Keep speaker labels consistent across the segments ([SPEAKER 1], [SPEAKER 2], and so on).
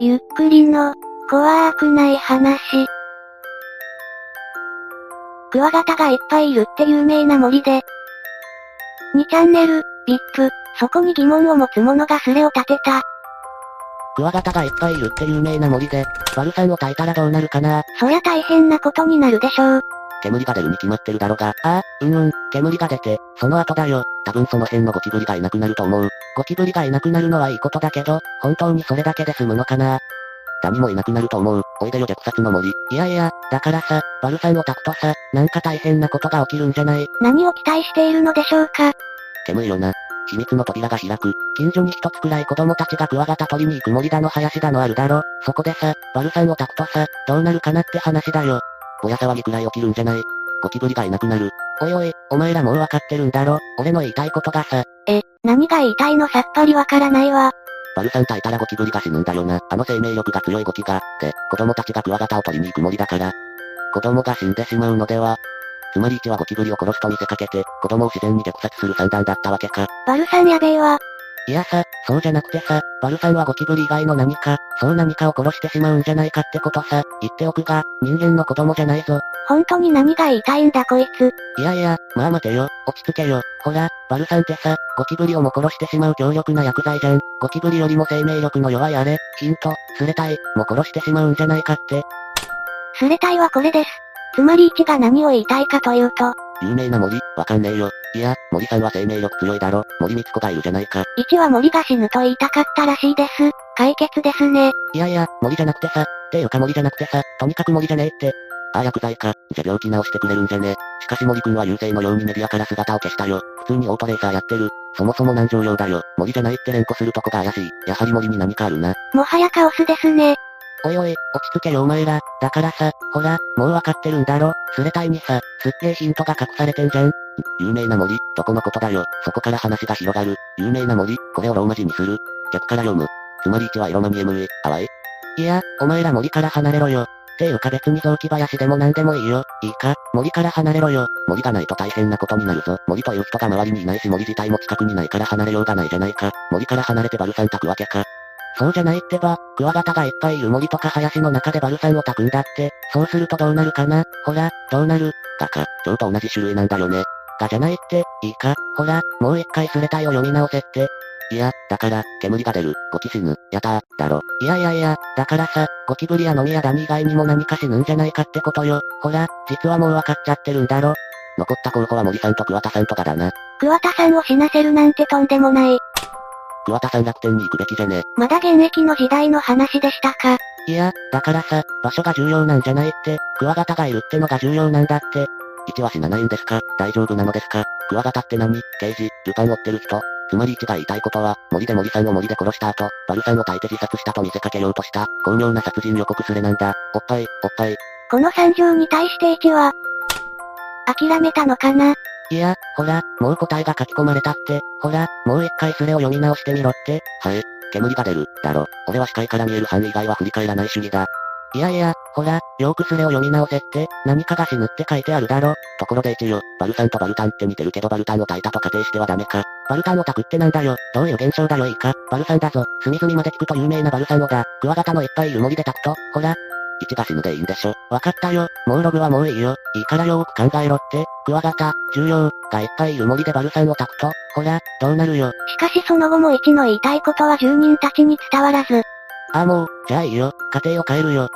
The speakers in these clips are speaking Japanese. [SPEAKER 1] ゆっくりの、怖くない話。クワガタがいっぱいいるって有名な森で、2チャンネル、VIP、そこに疑問を持つ者がスレを立てた。
[SPEAKER 2] クワガタがいっぱいいるって有名な森で、ワルさんを焚いたらどうなるかな
[SPEAKER 1] そりゃ大変なことになるでしょう。
[SPEAKER 2] 煙が出るに決まってるだろが、ああ、うんうん、煙が出て、その後だよ。多分その辺のゴキブリがいなくなると思う。ゴキブリがいなくなるのはいいことだけど、本当にそれだけで済むのかな何もいなくなると思う。おいでよ虐殺の森。いやいや、だからさ、バルさんを炊くとさ、なんか大変なことが起きるんじゃない
[SPEAKER 1] 何を期待しているのでしょうか。
[SPEAKER 2] 煙よな。秘密の扉が開く。近所に一つくらい子供たちがクワガタ取りに行く森だの林だのあるだろ。そこでさ、バルさんを炊くとさ、どうなるかなって話だよ。ぼや騒ぎくらい起きるんじゃないゴキブリがいなくなる。おいおい、お前らもうわかってるんだろ俺の言いたいことがさ、
[SPEAKER 1] え、何が言いたいのさっぱりわからないわ。
[SPEAKER 2] バルさん炊いたらゴキブリが死ぬんだよな。あの生命力が強いゴキが、って、子供たちがクワガタを取りに行く森だから。子供が死んでしまうのではつまり1はゴキブリを殺すと見せかけて、子供を自然に虐殺する算段だったわけか。
[SPEAKER 1] バルさんやべえわ。
[SPEAKER 2] いやさ、そうじゃなくてさ、バルさんはゴキブリ以外の何か、そう何かを殺してしまうんじゃないかってことさ、言っておくが、人間の子供じゃないぞ。
[SPEAKER 1] 本当に何が言いたいんだこいつ。
[SPEAKER 2] いやいや、まあ待てよ、落ち着けよ。ほら、バルさんってさ、ゴキブリをも殺してしまう強力な薬剤じゃん。ゴキブリよりも生命力の弱いあれ、ヒント、スレタイ、も殺してしまうんじゃないかって。
[SPEAKER 1] スレたいはこれです。つまり1が何を言いたいかというと、
[SPEAKER 2] 有名な森、わかんねえよ。いや、森さんは生命力強いだろ。森光子がいるじゃないか。
[SPEAKER 1] 1は森が死ぬと言いたかったらしいです。解決ですね。
[SPEAKER 2] いやいや、森じゃなくてさ、っていうか森じゃなくてさ、とにかく森じゃねえって。ああ薬剤か、じゃ病気治してくれるんじゃね。しかし森くんは優勢のようにメディアから姿を消したよ。普通にオートレーサーやってる。そもそも難情用だよ。森じゃないって連呼するとこが怪しい。やはり森に何かあるな。
[SPEAKER 1] もはやカオスですね。
[SPEAKER 2] おいおい、落ち着けよお前ら。だからさ、ほら、もうわかってるんだろ。スレタイにさ、すっげえヒントが隠されてんじゃん。有名な森、どこのことだよ。そこから話が広がる。有名な森、これをローマ字にする。逆から読む。つまり1は色マミ MA、淡い。いや、お前ら森から離れろよ。っていうか別に雑木林でも何でもいいよ。いいか、森から離れろよ。森がないと大変なことになるぞ。森という人が周りにいないし森自体も近くにないから離れようがないじゃないか。森から離れてバルさん炊くわけか。そうじゃないってば、クワガタがいっぱいいる森とか林の中でバルさんを炊くんだって、そうするとどうなるかなほら、どうなるだか、蝶と同じ種類なんだよね。がじゃないって、いいか、ほら、もう一回スレタイを読み直せって。いや、だから、煙が出る、ゴキ死ぬ、やだー、だろ。いやいやいや、だからさ、ゴキブリやノミやダニ以外にも何か死ぬんじゃないかってことよ。ほら、実はもう分かっちゃってるんだろ。残った候補は森さんと桑田さんとかだな。
[SPEAKER 1] 桑田さんを死なせるなんてとんでもない。
[SPEAKER 2] 桑田さん楽天に行くべきじゃね。
[SPEAKER 1] まだ現役の時代の話でしたか。
[SPEAKER 2] いや、だからさ、場所が重要なんじゃないって、クワガタがいるってのが重要なんだって。1は死なないんですか大丈夫なのですかクワガタって何刑事、ルパン追ってる人つまり1が言いたいことは、森で森さんを森で殺した後、バルさんを焚いて自殺したと見せかけようとした、巧妙な殺人予告すれなんだ。おっぱい、おっぱい。
[SPEAKER 1] この惨状に対して1は、諦めたのかない
[SPEAKER 2] や、ほら、もう答えが書き込まれたって、ほら、もう一回それを読み直してみろって。はい、煙が出る、だろ。俺は視界から見える範囲以外は振り返らない主義だ。いやいや、ほら、よくそれを読み直せって、何かが死ぬって書いてあるだろ。ところで一よ、バルさんとバルタンって似てるけどバルタンを炊いたと仮定してはダメか。バルタンを炊くってなんだよ。どういう現象だよいいか。バルさんだぞ。隅々まで聞くと有名なバルさんをだ。クワガタのいっぱいいる森で炊くと、ほら、1が死ぬでいいんでしょ。わかったよ。もうログはもういいよ。いいからよーく考えろって。クワガタ、重要、がいっぱいいる森でバルさんを炊くと、ほら、どうなるよ。
[SPEAKER 1] しかしその後も1の言いたいことは住人たちに伝わらず、
[SPEAKER 2] あ、もう、じゃあいいよ。家庭を変えるよ。1、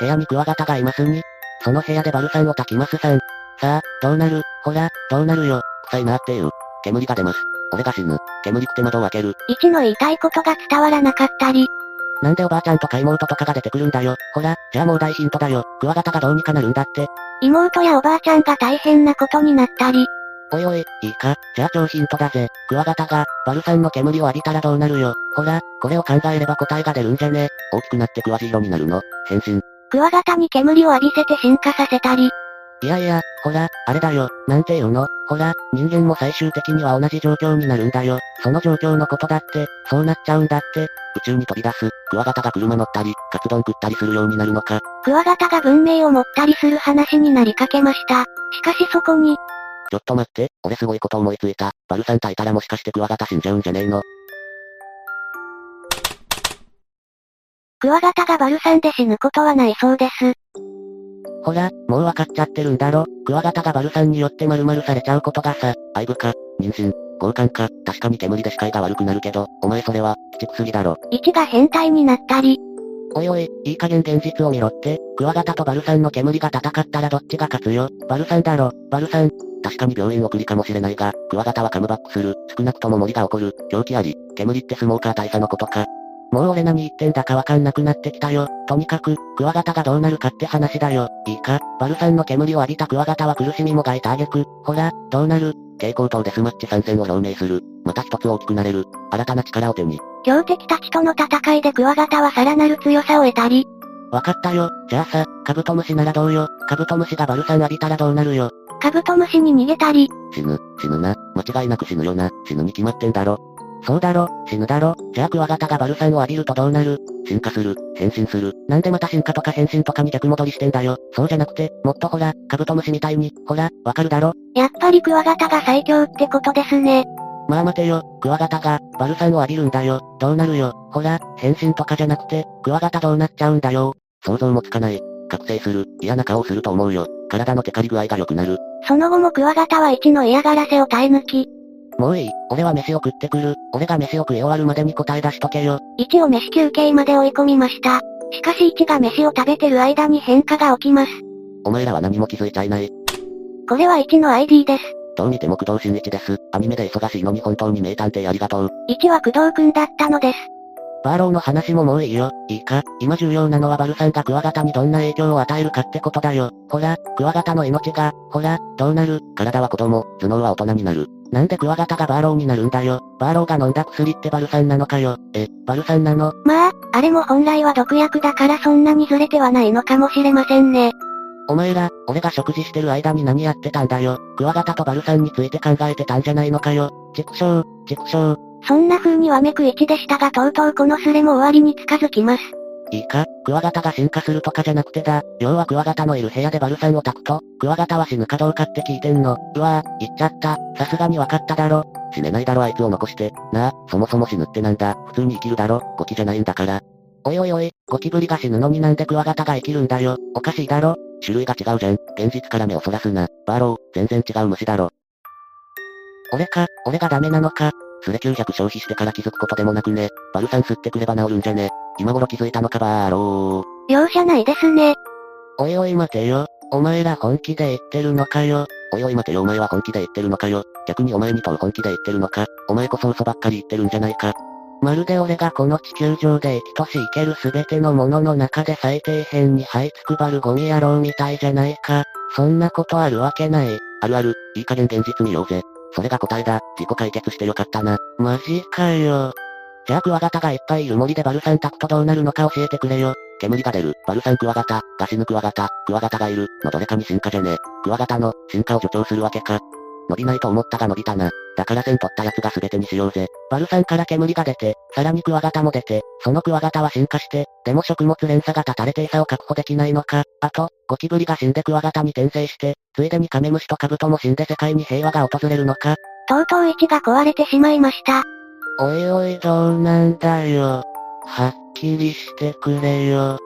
[SPEAKER 2] 部屋にクワガタがいますに。その部屋でバルさんを炊きますさん。さあ、どうなるほら、どうなるよ。臭いなっていう。煙が出ます。俺が死ぬ。煙くて窓を開ける。
[SPEAKER 1] 1の言いたいことが伝わらなかったり、
[SPEAKER 2] なんでおばあちゃんとか妹とかが出てくるんだよ。ほら、じゃあもう大ヒントだよ。クワガタがどうにかなるんだって。
[SPEAKER 1] 妹やおばあちゃんが大変なことになったり、
[SPEAKER 2] おいおい、いいか、じゃあ超ヒントだぜ。クワガタが、バルサンの煙を浴びたらどうなるよ。ほら、これを考えれば答えが出るんじゃね大きくなってクワジ色になるの変身。
[SPEAKER 1] クワガタに煙を浴びせて進化させたり、
[SPEAKER 2] いやいや、ほら、あれだよ。なんていうのほら、人間も最終的には同じ状況になるんだよ。その状況のことだって、そうなっちゃうんだって。宇宙に飛び出す、クワガタが車乗ったり、カツ丼食ったりするようになるのか。
[SPEAKER 1] クワガタが文明を持ったりする話になりかけました。しかしそこに、
[SPEAKER 2] ちょっと待って、俺すごいこと思いついた。バルさん炊いたらもしかしてクワガタ死んじゃうんじゃねえの
[SPEAKER 1] クワガタがバルサンで死ぬことはないそうです。
[SPEAKER 2] ほら、もうわかっちゃってるんだろ。クワガタがバルさんによって丸々されちゃうことがさ、愛部か、妊娠、交換か、確かに煙で視界が悪くなるけど、お前それは、鬼畜すぎだろ。
[SPEAKER 1] 一が変態になったり、
[SPEAKER 2] おいおい、いい加減現実を見ろって、クワガタとバルサンの煙が戦ったらどっちが勝つよ。バルサンだろ、バルサン。確かに病院送りかもしれないが、クワガタはカムバックする、少なくとも森が起こる、狂気あり、煙ってスモーカー大佐のことか。もう俺何言ってんだかわかんなくなってきたよ。とにかく、クワガタがどうなるかって話だよ。いいか、バルサンの煙を浴びたクワガタは苦しみもがいた挙句、ほら、どうなる蛍光灯デスマッチ参戦を表明する。また一つ大きくなれる。新たな力を手に。
[SPEAKER 1] 強敵たちとの戦いでクワガタはさらなる強さを得たり、
[SPEAKER 2] わかったよ。じゃあさ、カブトムシならどうよ。カブトムシがバルサン浴びたらどうなるよ。
[SPEAKER 1] カブトムシに逃げたり、
[SPEAKER 2] 死ぬ、死ぬな。間違いなく死ぬよな。死ぬに決まってんだろ。そうだろ、死ぬだろ。じゃあクワガタがバルサンを浴びるとどうなる進化する、変身する。なんでまた進化とか変身とかに逆戻りしてんだよ。そうじゃなくて、もっとほら、カブトムシみたいに、ほら、わかるだろ。
[SPEAKER 1] やっぱりクワガタが最強ってことですね。
[SPEAKER 2] まあ待てよ、クワガタが、バルサンを浴びるんだよ。どうなるよ。ほら、変身とかじゃなくて、クワガタどうなっちゃうんだよ。想像もつかない。覚醒する、嫌な顔をすると思うよ。体のテカリ具合が良くなる。
[SPEAKER 1] その後もクワガタは1の嫌がらせを耐え抜き、
[SPEAKER 2] もういい、俺は飯を食ってくる。俺が飯を食い終わるまでに答え出しとけよ。
[SPEAKER 1] 1を飯休憩まで追い込みました。しかし1が飯を食べてる間に変化が起きます。
[SPEAKER 2] お前らは何も気づいちゃいない。
[SPEAKER 1] これは1の ID です。
[SPEAKER 2] どう見ても工藤新一です。アニメで忙しいのに本当に名探偵ありがとう。
[SPEAKER 1] 1は工藤くんだったのです。
[SPEAKER 2] バーローの話ももういいよ。いいか、今重要なのはバルさんがクワガタにどんな影響を与えるかってことだよ。ほら、クワガタの命が、ほら、どうなる体は子供、頭脳は大人になる。なんでクワガタがバーローになるんだよ。バーローが飲んだ薬ってバルさんなのかよ。え、バルさんなの
[SPEAKER 1] まあ、あれも本来は毒薬だからそんなにずれてはないのかもしれませんね。
[SPEAKER 2] お前ら、俺が食事してる間に何やってたんだよ。クワガタとバルさんについて考えてたんじゃないのかよ。畜生、畜生。
[SPEAKER 1] そんな風にわめく1でしたがとうとうこのスレも終わりに近づきます。
[SPEAKER 2] いいか、クワガタが進化するとかじゃなくてだ。要はクワガタのいる部屋でバルサンを炊くと、クワガタは死ぬかどうかって聞いてんの。うわぁ、言っちゃった。さすがにわかっただろ。死ねないだろあいつを残して。なあ、そもそも死ぬってなんだ。普通に生きるだろ。ゴキじゃないんだから。おいおいおい、ゴキブリが死ぬのになんでクワガタが生きるんだよ。おかしいだろ。種類が違うじゃん。現実から目をそらすな。バーロー、全然違う虫だろ。俺か、俺がダメなのか。スレ900消費してから気づくことでもなくね。バルサン吸ってくれば治るんじゃね。今頃気づいたのかバーロー。
[SPEAKER 1] 容赦ないですね。
[SPEAKER 2] おいおい待てよ。お前ら本気で言ってるのかよ。おいおい待てよお前は本気で言ってるのかよ。逆にお前に問う本気で言ってるのか。お前こそ嘘ばっかり言ってるんじゃないか。まるで俺がこの地球上で生きとし生けるすべてのものの中で最底辺に這いつくばるゴミ野郎みたいじゃないか。そんなことあるわけない。あるある、いい加減現実見ようぜ。それが答えだ。自己解決してよかったな。マジかよ。じゃあクワガタがいっぱいいる森でバルサン炊くとどうなるのか教えてくれよ。煙が出る、バルサンクワガタ、ガシヌクワガタ、クワガタがいる、のどれかに進化じゃねえ。クワガタの、進化を助長するわけか。伸びないと思ったが伸びたな。だから線取ったやつが全てにしようぜ。バルサンから煙が出て、さらにクワガタも出て、そのクワガタは進化して、でも食物連鎖が断たれて餌を確保できないのか。あと、ゴキブリが死んでクワガタに転生して、ついでにカメムシとカブトも死んで世界に平和が訪れるのか。
[SPEAKER 1] とうとう1が壊れてしまいました。
[SPEAKER 2] おいおいどうなんだよ。はっきりしてくれよ。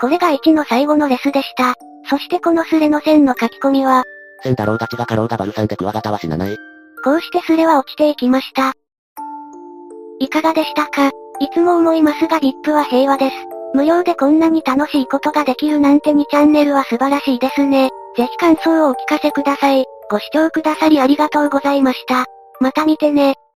[SPEAKER 1] これが1の最後のレスでした。そしてこのスレの線の書き込みは、
[SPEAKER 2] 線だろうが血がかろうがバルサンでクワガタは死なない。
[SPEAKER 1] こうしてスレは落ちていきました。いかがでしたかいつも思いますが VIP は平和です。無料でこんなに楽しいことができるなんて2チャンネルは素晴らしいですね。ぜひ感想をお聞かせください。ご視聴くださりありがとうございました。また見てね。